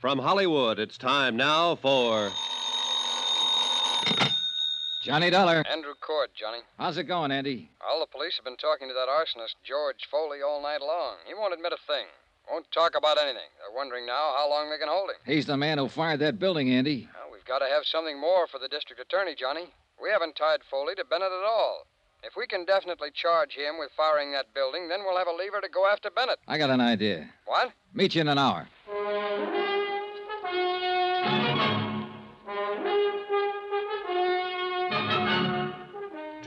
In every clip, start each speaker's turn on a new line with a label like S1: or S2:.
S1: From Hollywood, it's time now for.
S2: Johnny Dollar.
S3: Andrew Cord, Johnny.
S2: How's it going, Andy?
S3: All the police have been talking to that arsonist, George Foley, all night long. He won't admit a thing. Won't talk about anything. They're wondering now how long they can hold him.
S2: He's the man who fired that building, Andy.
S3: Well, we've got to have something more for the district attorney, Johnny. We haven't tied Foley to Bennett at all. If we can definitely charge him with firing that building, then we'll have a lever to go after Bennett.
S2: I got an idea.
S3: What?
S2: Meet you in an hour.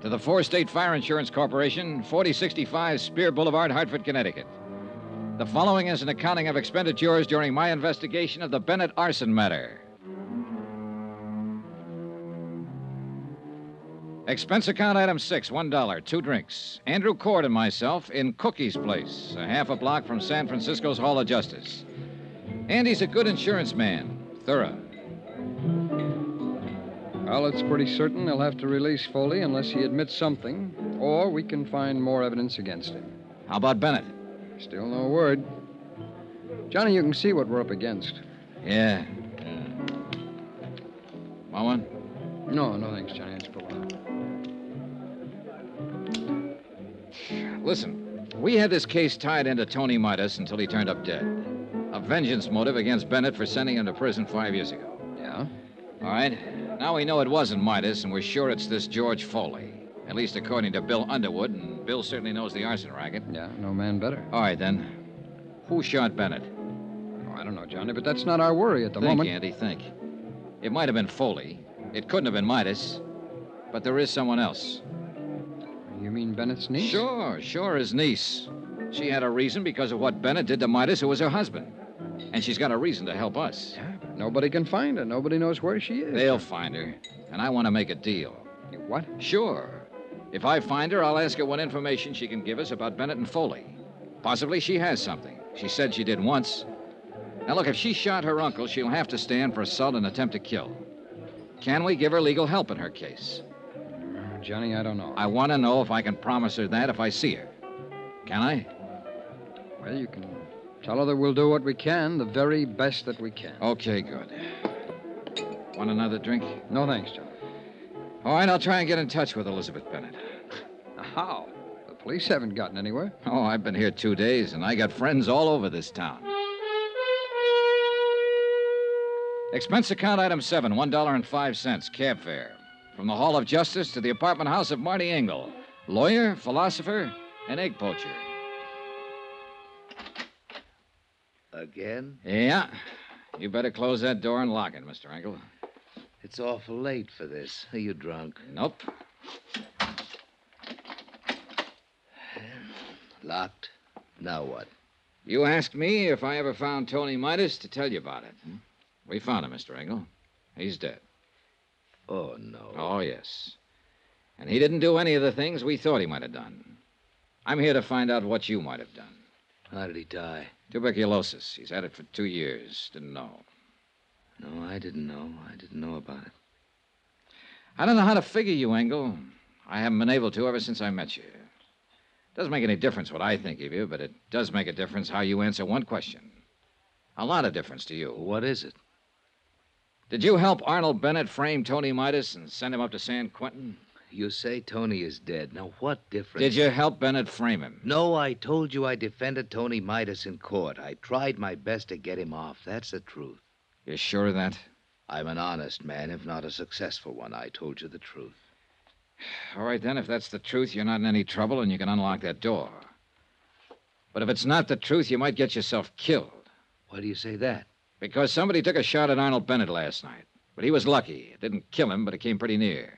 S2: to the Four State Fire Insurance Corporation, 4065 Spear Boulevard, Hartford, Connecticut. The following is an accounting of expenditures during my investigation of the Bennett arson matter. Expense account item six, one dollar, two drinks. Andrew Cord and myself in Cookie's Place, a half a block from San Francisco's Hall of Justice. Andy's a good insurance man, thorough.
S3: Well, it's pretty certain they'll have to release Foley unless he admits something, or we can find more evidence against him.
S2: How about Bennett?
S3: Still no word. Johnny, you can see what we're up against.
S2: Yeah. yeah. Want one?
S3: No, no thanks, Johnny. It's for one.
S2: Listen, we had this case tied into Tony Midas until he turned up dead. A vengeance motive against Bennett for sending him to prison five years ago.
S3: Yeah?
S2: All right. Now we know it wasn't Midas, and we're sure it's this George Foley. At least according to Bill Underwood, and Bill certainly knows the arson racket.
S3: Yeah, no man better.
S2: All right, then. Who shot Bennett?
S3: Oh, I don't know, Johnny, but that's not our worry at the
S2: think,
S3: moment.
S2: Andy, think. It might have been Foley. It couldn't have been Midas. But there is someone else.
S3: You mean Bennett's niece?
S2: Sure, sure, his niece. She had a reason because of what Bennett did to Midas, who was her husband. And she's got a reason to help us.
S3: Yeah, but nobody can find her. Nobody knows where she is.
S2: They'll find her, and I want to make a deal.
S3: What?
S2: Sure. If I find her, I'll ask her what information she can give us about Bennett and Foley. Possibly she has something. She said she did once. Now, look, if she shot her uncle, she'll have to stand for assault and attempt to kill. Can we give her legal help in her case?
S3: Johnny, I don't know.
S2: I want to know if I can promise her that if I see her. Can I?
S3: Well, you can tell her that we'll do what we can, the very best that we can.
S4: Oh.
S2: Okay, good. Want another drink?
S3: No thanks, Johnny.
S2: All right, I'll try and get in touch with Elizabeth Bennett.
S3: How? The police haven't gotten anywhere.
S2: Oh, I've been here two days, and I got friends all over this town. Expense account item seven, one dollar and five cents, cab fare. From the Hall of Justice to the apartment house of Marty Engel, lawyer, philosopher, and egg poacher.
S4: Again?
S2: Yeah. You better close that door and lock it, Mr. Engel.
S4: It's awful late for this. Are you drunk?
S2: Nope.
S4: Locked? Now what?
S2: You asked me if I ever found Tony Midas to tell you about it. Hmm? We found him, Mr. Engel. He's dead.
S4: Oh, no.
S2: Oh, yes. And he didn't do any of the things we thought he might have done. I'm here to find out what you might have done.
S4: How did he die?
S2: Tuberculosis. He's had it for two years. Didn't know.
S4: No, I didn't know. I didn't know about it.
S2: I don't know how to figure you, Engel. I haven't been able to ever since I met you. Doesn't make any difference what I think of you, but it does make a difference how you answer one question. A lot of difference to you.
S4: What is it?
S2: Did you help Arnold Bennett frame Tony Midas and send him up to San Quentin?
S4: You say Tony is dead. Now, what difference?
S2: Did you help Bennett frame him?
S4: No, I told you I defended Tony Midas in court. I tried my best to get him off. That's the truth.
S2: You're sure of that?
S4: I'm an honest man, if not a successful one. I told you the truth.
S2: All right, then, if that's the truth, you're not in any trouble and you can unlock that door. But if it's not the truth, you might get yourself killed.
S4: Why do you say that?
S2: Because somebody took a shot at Arnold Bennett last night. But he was lucky. It didn't kill him, but it came pretty near.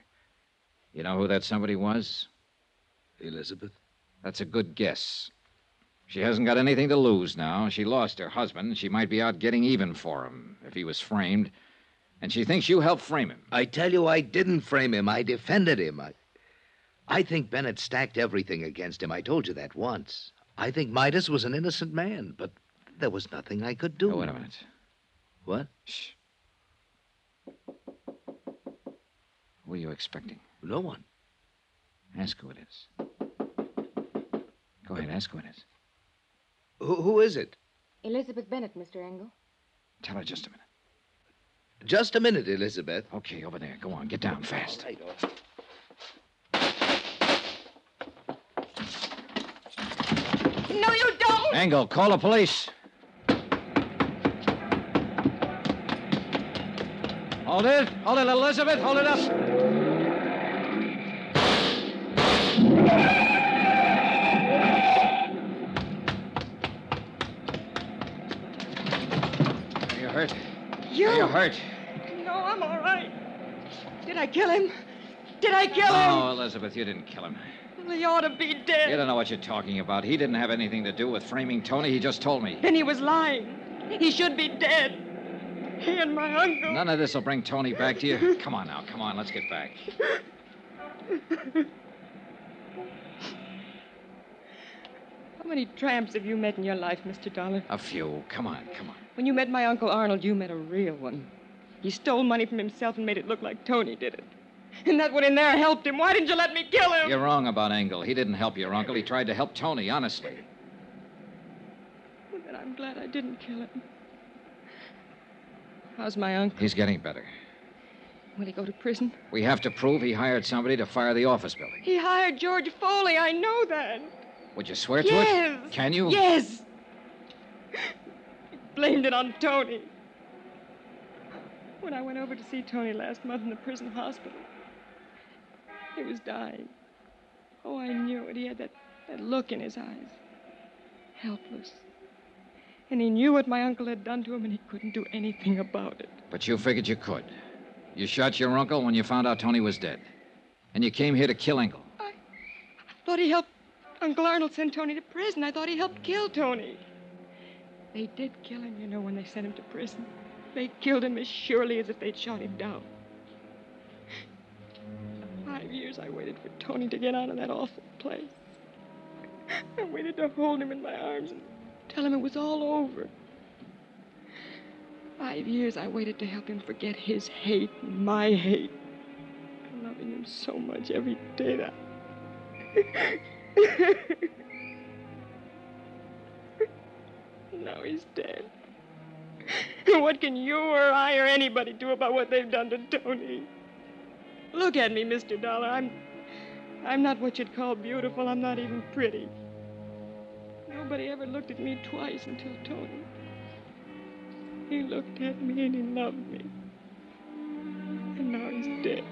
S2: You know who that somebody was?
S4: Elizabeth?
S2: That's a good guess. She hasn't got anything to lose now. She lost her husband. She might be out getting even for him if he was framed. and she thinks you helped frame him.
S4: I tell you, I didn't frame him. I defended him. I, I think Bennett stacked everything against him. I told you that once. I think Midas was an innocent man, but there was nothing I could do.
S2: Oh, wait a minute.
S4: What?
S2: Shh. Who are you expecting?
S4: No one.
S2: Ask who it is. Go ahead, ask who it is.
S4: Who, who is it?
S5: Elizabeth Bennett, Mr. Engel.
S2: Tell her just a minute.
S4: Just a minute, Elizabeth.
S2: Okay, over there. Go on, get down fast.
S4: Right off.
S5: No, you don't!
S2: Engel, call the police. Hold it. Hold it, Elizabeth. Hold it up. Are you hurt?
S6: You?
S2: Are you hurt?
S6: No, I'm all right. Did I kill him? Did I kill
S2: No,
S6: him?
S2: Elizabeth, you didn't kill him.
S6: Well, He ought to be
S2: You
S6: dead.
S2: don't know what you're talking about. He didn't have anything to do with framing Tony. He just told me.
S6: Then he was lying. He should be dead. He and my uncle.
S2: None of this will bring Tony back to you. Come on now, come on, let's get back.
S6: How many tramps have you met in your life, Mr. Dollar?
S2: A few. Come on, come on.
S6: When you met my Uncle Arnold, you met a real one. He stole money from himself and made it look like Tony did it. And that one in there helped him. Why didn't you let me kill him?
S2: You're wrong about Engel. He didn't help your uncle. He tried to help Tony, honestly.
S6: Well, then I'm glad I didn't kill him. How's my uncle?
S2: He's getting better.
S6: Will he go to prison?
S2: We have to prove he hired somebody to fire the office building.
S6: He hired George Foley. I know that.
S2: Would you swear to
S6: Yes.
S2: it? Can you?
S6: Yes. He blamed it on Tony. When I went over to see Tony last month in the prison hospital, he was dying. Oh, I knew it. He had that, that look in his eyes. Helpless. And he knew what my uncle had done to him, and he couldn't do anything about it.
S2: But you figured you could. You shot your uncle when you found out Tony was dead. And you came here to kill Engel.
S6: thought he helped Uncle Arnold send Tony to prison. I thought he helped kill Tony. They did kill him, you know, when they sent him to prison. They killed him as surely as if they'd shot him down. Five years I waited for Tony to get out of that awful place. I waited to hold him in my arms and tell him it was all over. Five years I waited to help him forget his hate and my hate. I'm loving him so much every day that now he's dead. What can you or I or anybody do about what they've done to Tony? Look at me, Mr. Dollar. I'm I'm not what you'd call beautiful. I'm not even pretty. Nobody ever looked at me twice until Tony. He looked at me and he loved me. And now he's dead.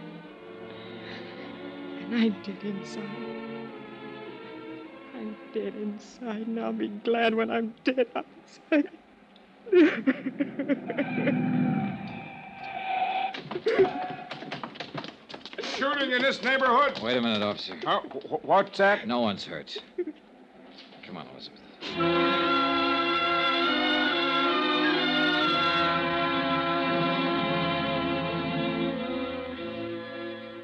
S6: And I'm dead inside. I'm dead inside, and I'll be glad when I'm dead outside.
S7: Shooting in this neighborhood?
S2: Wait a minute, officer.
S7: Uh, wh- what's that?
S2: No one's hurt. Come on, Elizabeth.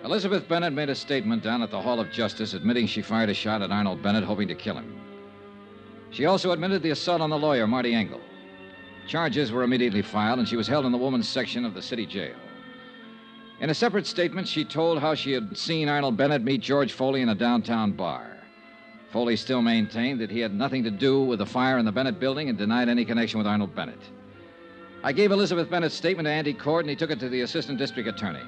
S2: Elizabeth Bennett made a statement down at the Hall of Justice admitting she fired a shot at Arnold Bennett hoping to kill him. She also admitted the assault on the lawyer, Marty Engel. Charges were immediately filed, and she was held in the woman's section of the city jail. In a separate statement, she told how she had seen Arnold Bennett meet George Foley in a downtown bar. Foley still maintained that he had nothing to do with the fire in the Bennett building and denied any connection with Arnold Bennett. I gave Elizabeth Bennett's statement to Andy Cord, and he took it to the assistant district attorney.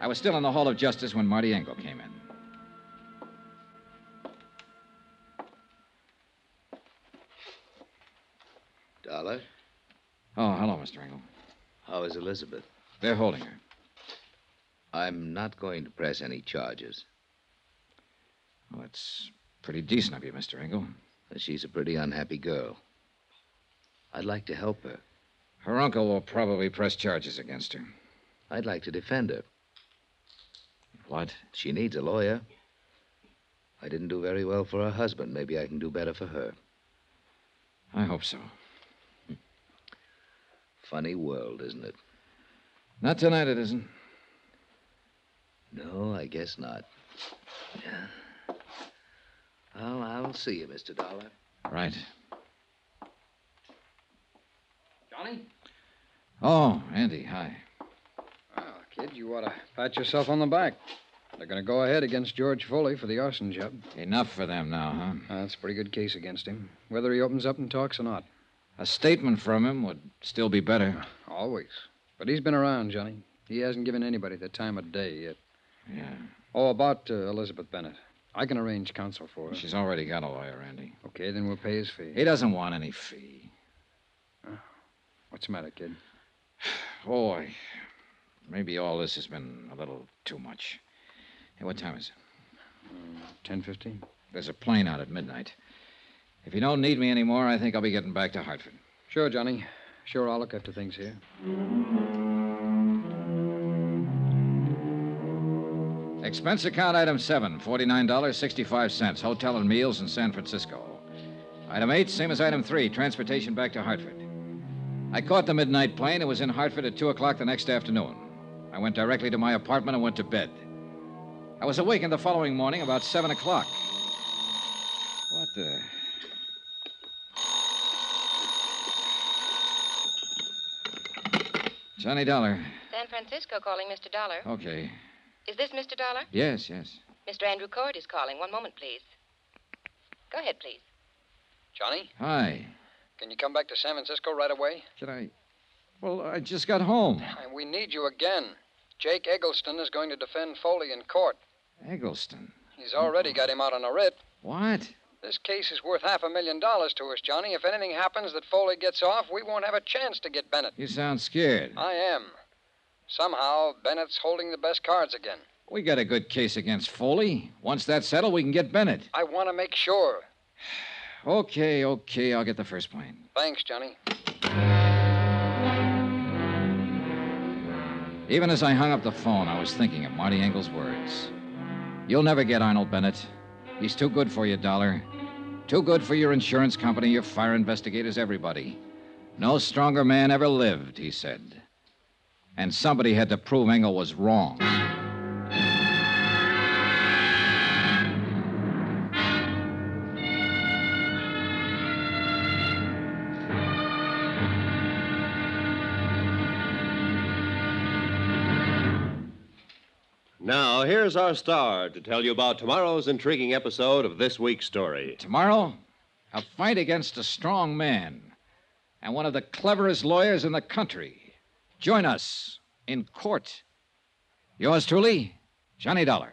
S2: I was still in the Hall of Justice when Marty Engel came in.
S4: Dollar,
S2: Oh, hello, Mr. Engel.
S4: how is Elizabeth?
S2: They're holding her.
S4: I'm not going to press any charges.
S2: Well, that's pretty decent of you, Mr. Engel.
S4: She's a pretty unhappy girl. I'd like to help her.
S2: Her uncle will probably press charges against her.
S4: I'd like to defend her.
S2: What?
S4: She needs a lawyer. I didn't do very well for her husband. Maybe I can do better for her.
S2: I hope so.
S4: Funny world, isn't it?
S2: Not tonight, it isn't.
S4: No, I guess not. Well, I'll see you, Mr. Dollar.
S2: Right.
S3: Johnny?
S2: Oh, Andy, hi.
S3: Well, kid, you ought to pat yourself on the back. They're going to go ahead against George Foley for the arson job.
S2: Enough for them now, huh?
S3: Uh, that's a pretty good case against him, whether he opens up and talks or not.
S2: A statement from him would still be better.
S3: Always. But he's been around, Johnny. He hasn't given anybody the time of day yet.
S2: Yeah.
S3: Oh, about uh, Elizabeth Bennett. I can arrange counsel for her.
S2: She's already got a lawyer, Andy.
S3: Okay, then we'll pay his fee.
S2: He doesn't want any fee.
S3: What's the matter, kid?
S2: Boy, maybe all this has been a little too much. Hey, what time is it?
S3: Ten fifteen?
S2: There's a plane out at midnight. If you don't need me anymore, I think I'll be getting back to Hartford.
S3: Sure, Johnny. Sure, I'll look after things here.
S2: Expense account item seven, $49.65, hotel and meals in San Francisco. Item eight, same as item three, transportation back to Hartford. I caught the midnight plane and was in Hartford at 2 o'clock the next afternoon. I went directly to my apartment and went to bed. I was awakened the following morning about 7 o'clock. What the. Johnny Dollar.
S8: San Francisco calling, Mr. Dollar.
S2: Okay.
S8: Is this Mr. Dollar?
S2: Yes, yes.
S8: Mr. Andrew Cord is calling. One moment, please. Go ahead, please.
S3: Johnny,
S2: Hi.
S3: can you come back to San Francisco right away?
S2: Can I. Well, I just got home.
S3: And we need you again. Jake Eggleston is going to defend Foley in court.
S2: Eggleston.
S3: He's already got him out on a writ.
S2: What?
S3: This case is worth half a million dollars to us, Johnny. If anything happens that Foley gets off, we won't have a chance to get Bennett.
S2: You sound scared.
S3: I am. Somehow, Bennett's holding the best cards again.
S2: We got a good case against Foley. Once that's settled, we can get Bennett.
S3: I want to make sure.
S2: Okay, okay, I'll get the first plane.
S3: Thanks, Johnny.
S2: Even as I hung up the phone, I was thinking of Marty Engel's words. You'll never get Arnold Bennett. He's too good for you, Dollar. Too good for your insurance company, your fire investigators, everybody. No stronger man ever lived, he said. And somebody had to prove Engel was wrong.
S1: Now, here's our star to tell you about tomorrow's intriguing episode of this week's story.
S2: Tomorrow, a fight against a strong man and one of the cleverest lawyers in the country. Join us in court. Yours truly, Johnny Dollar.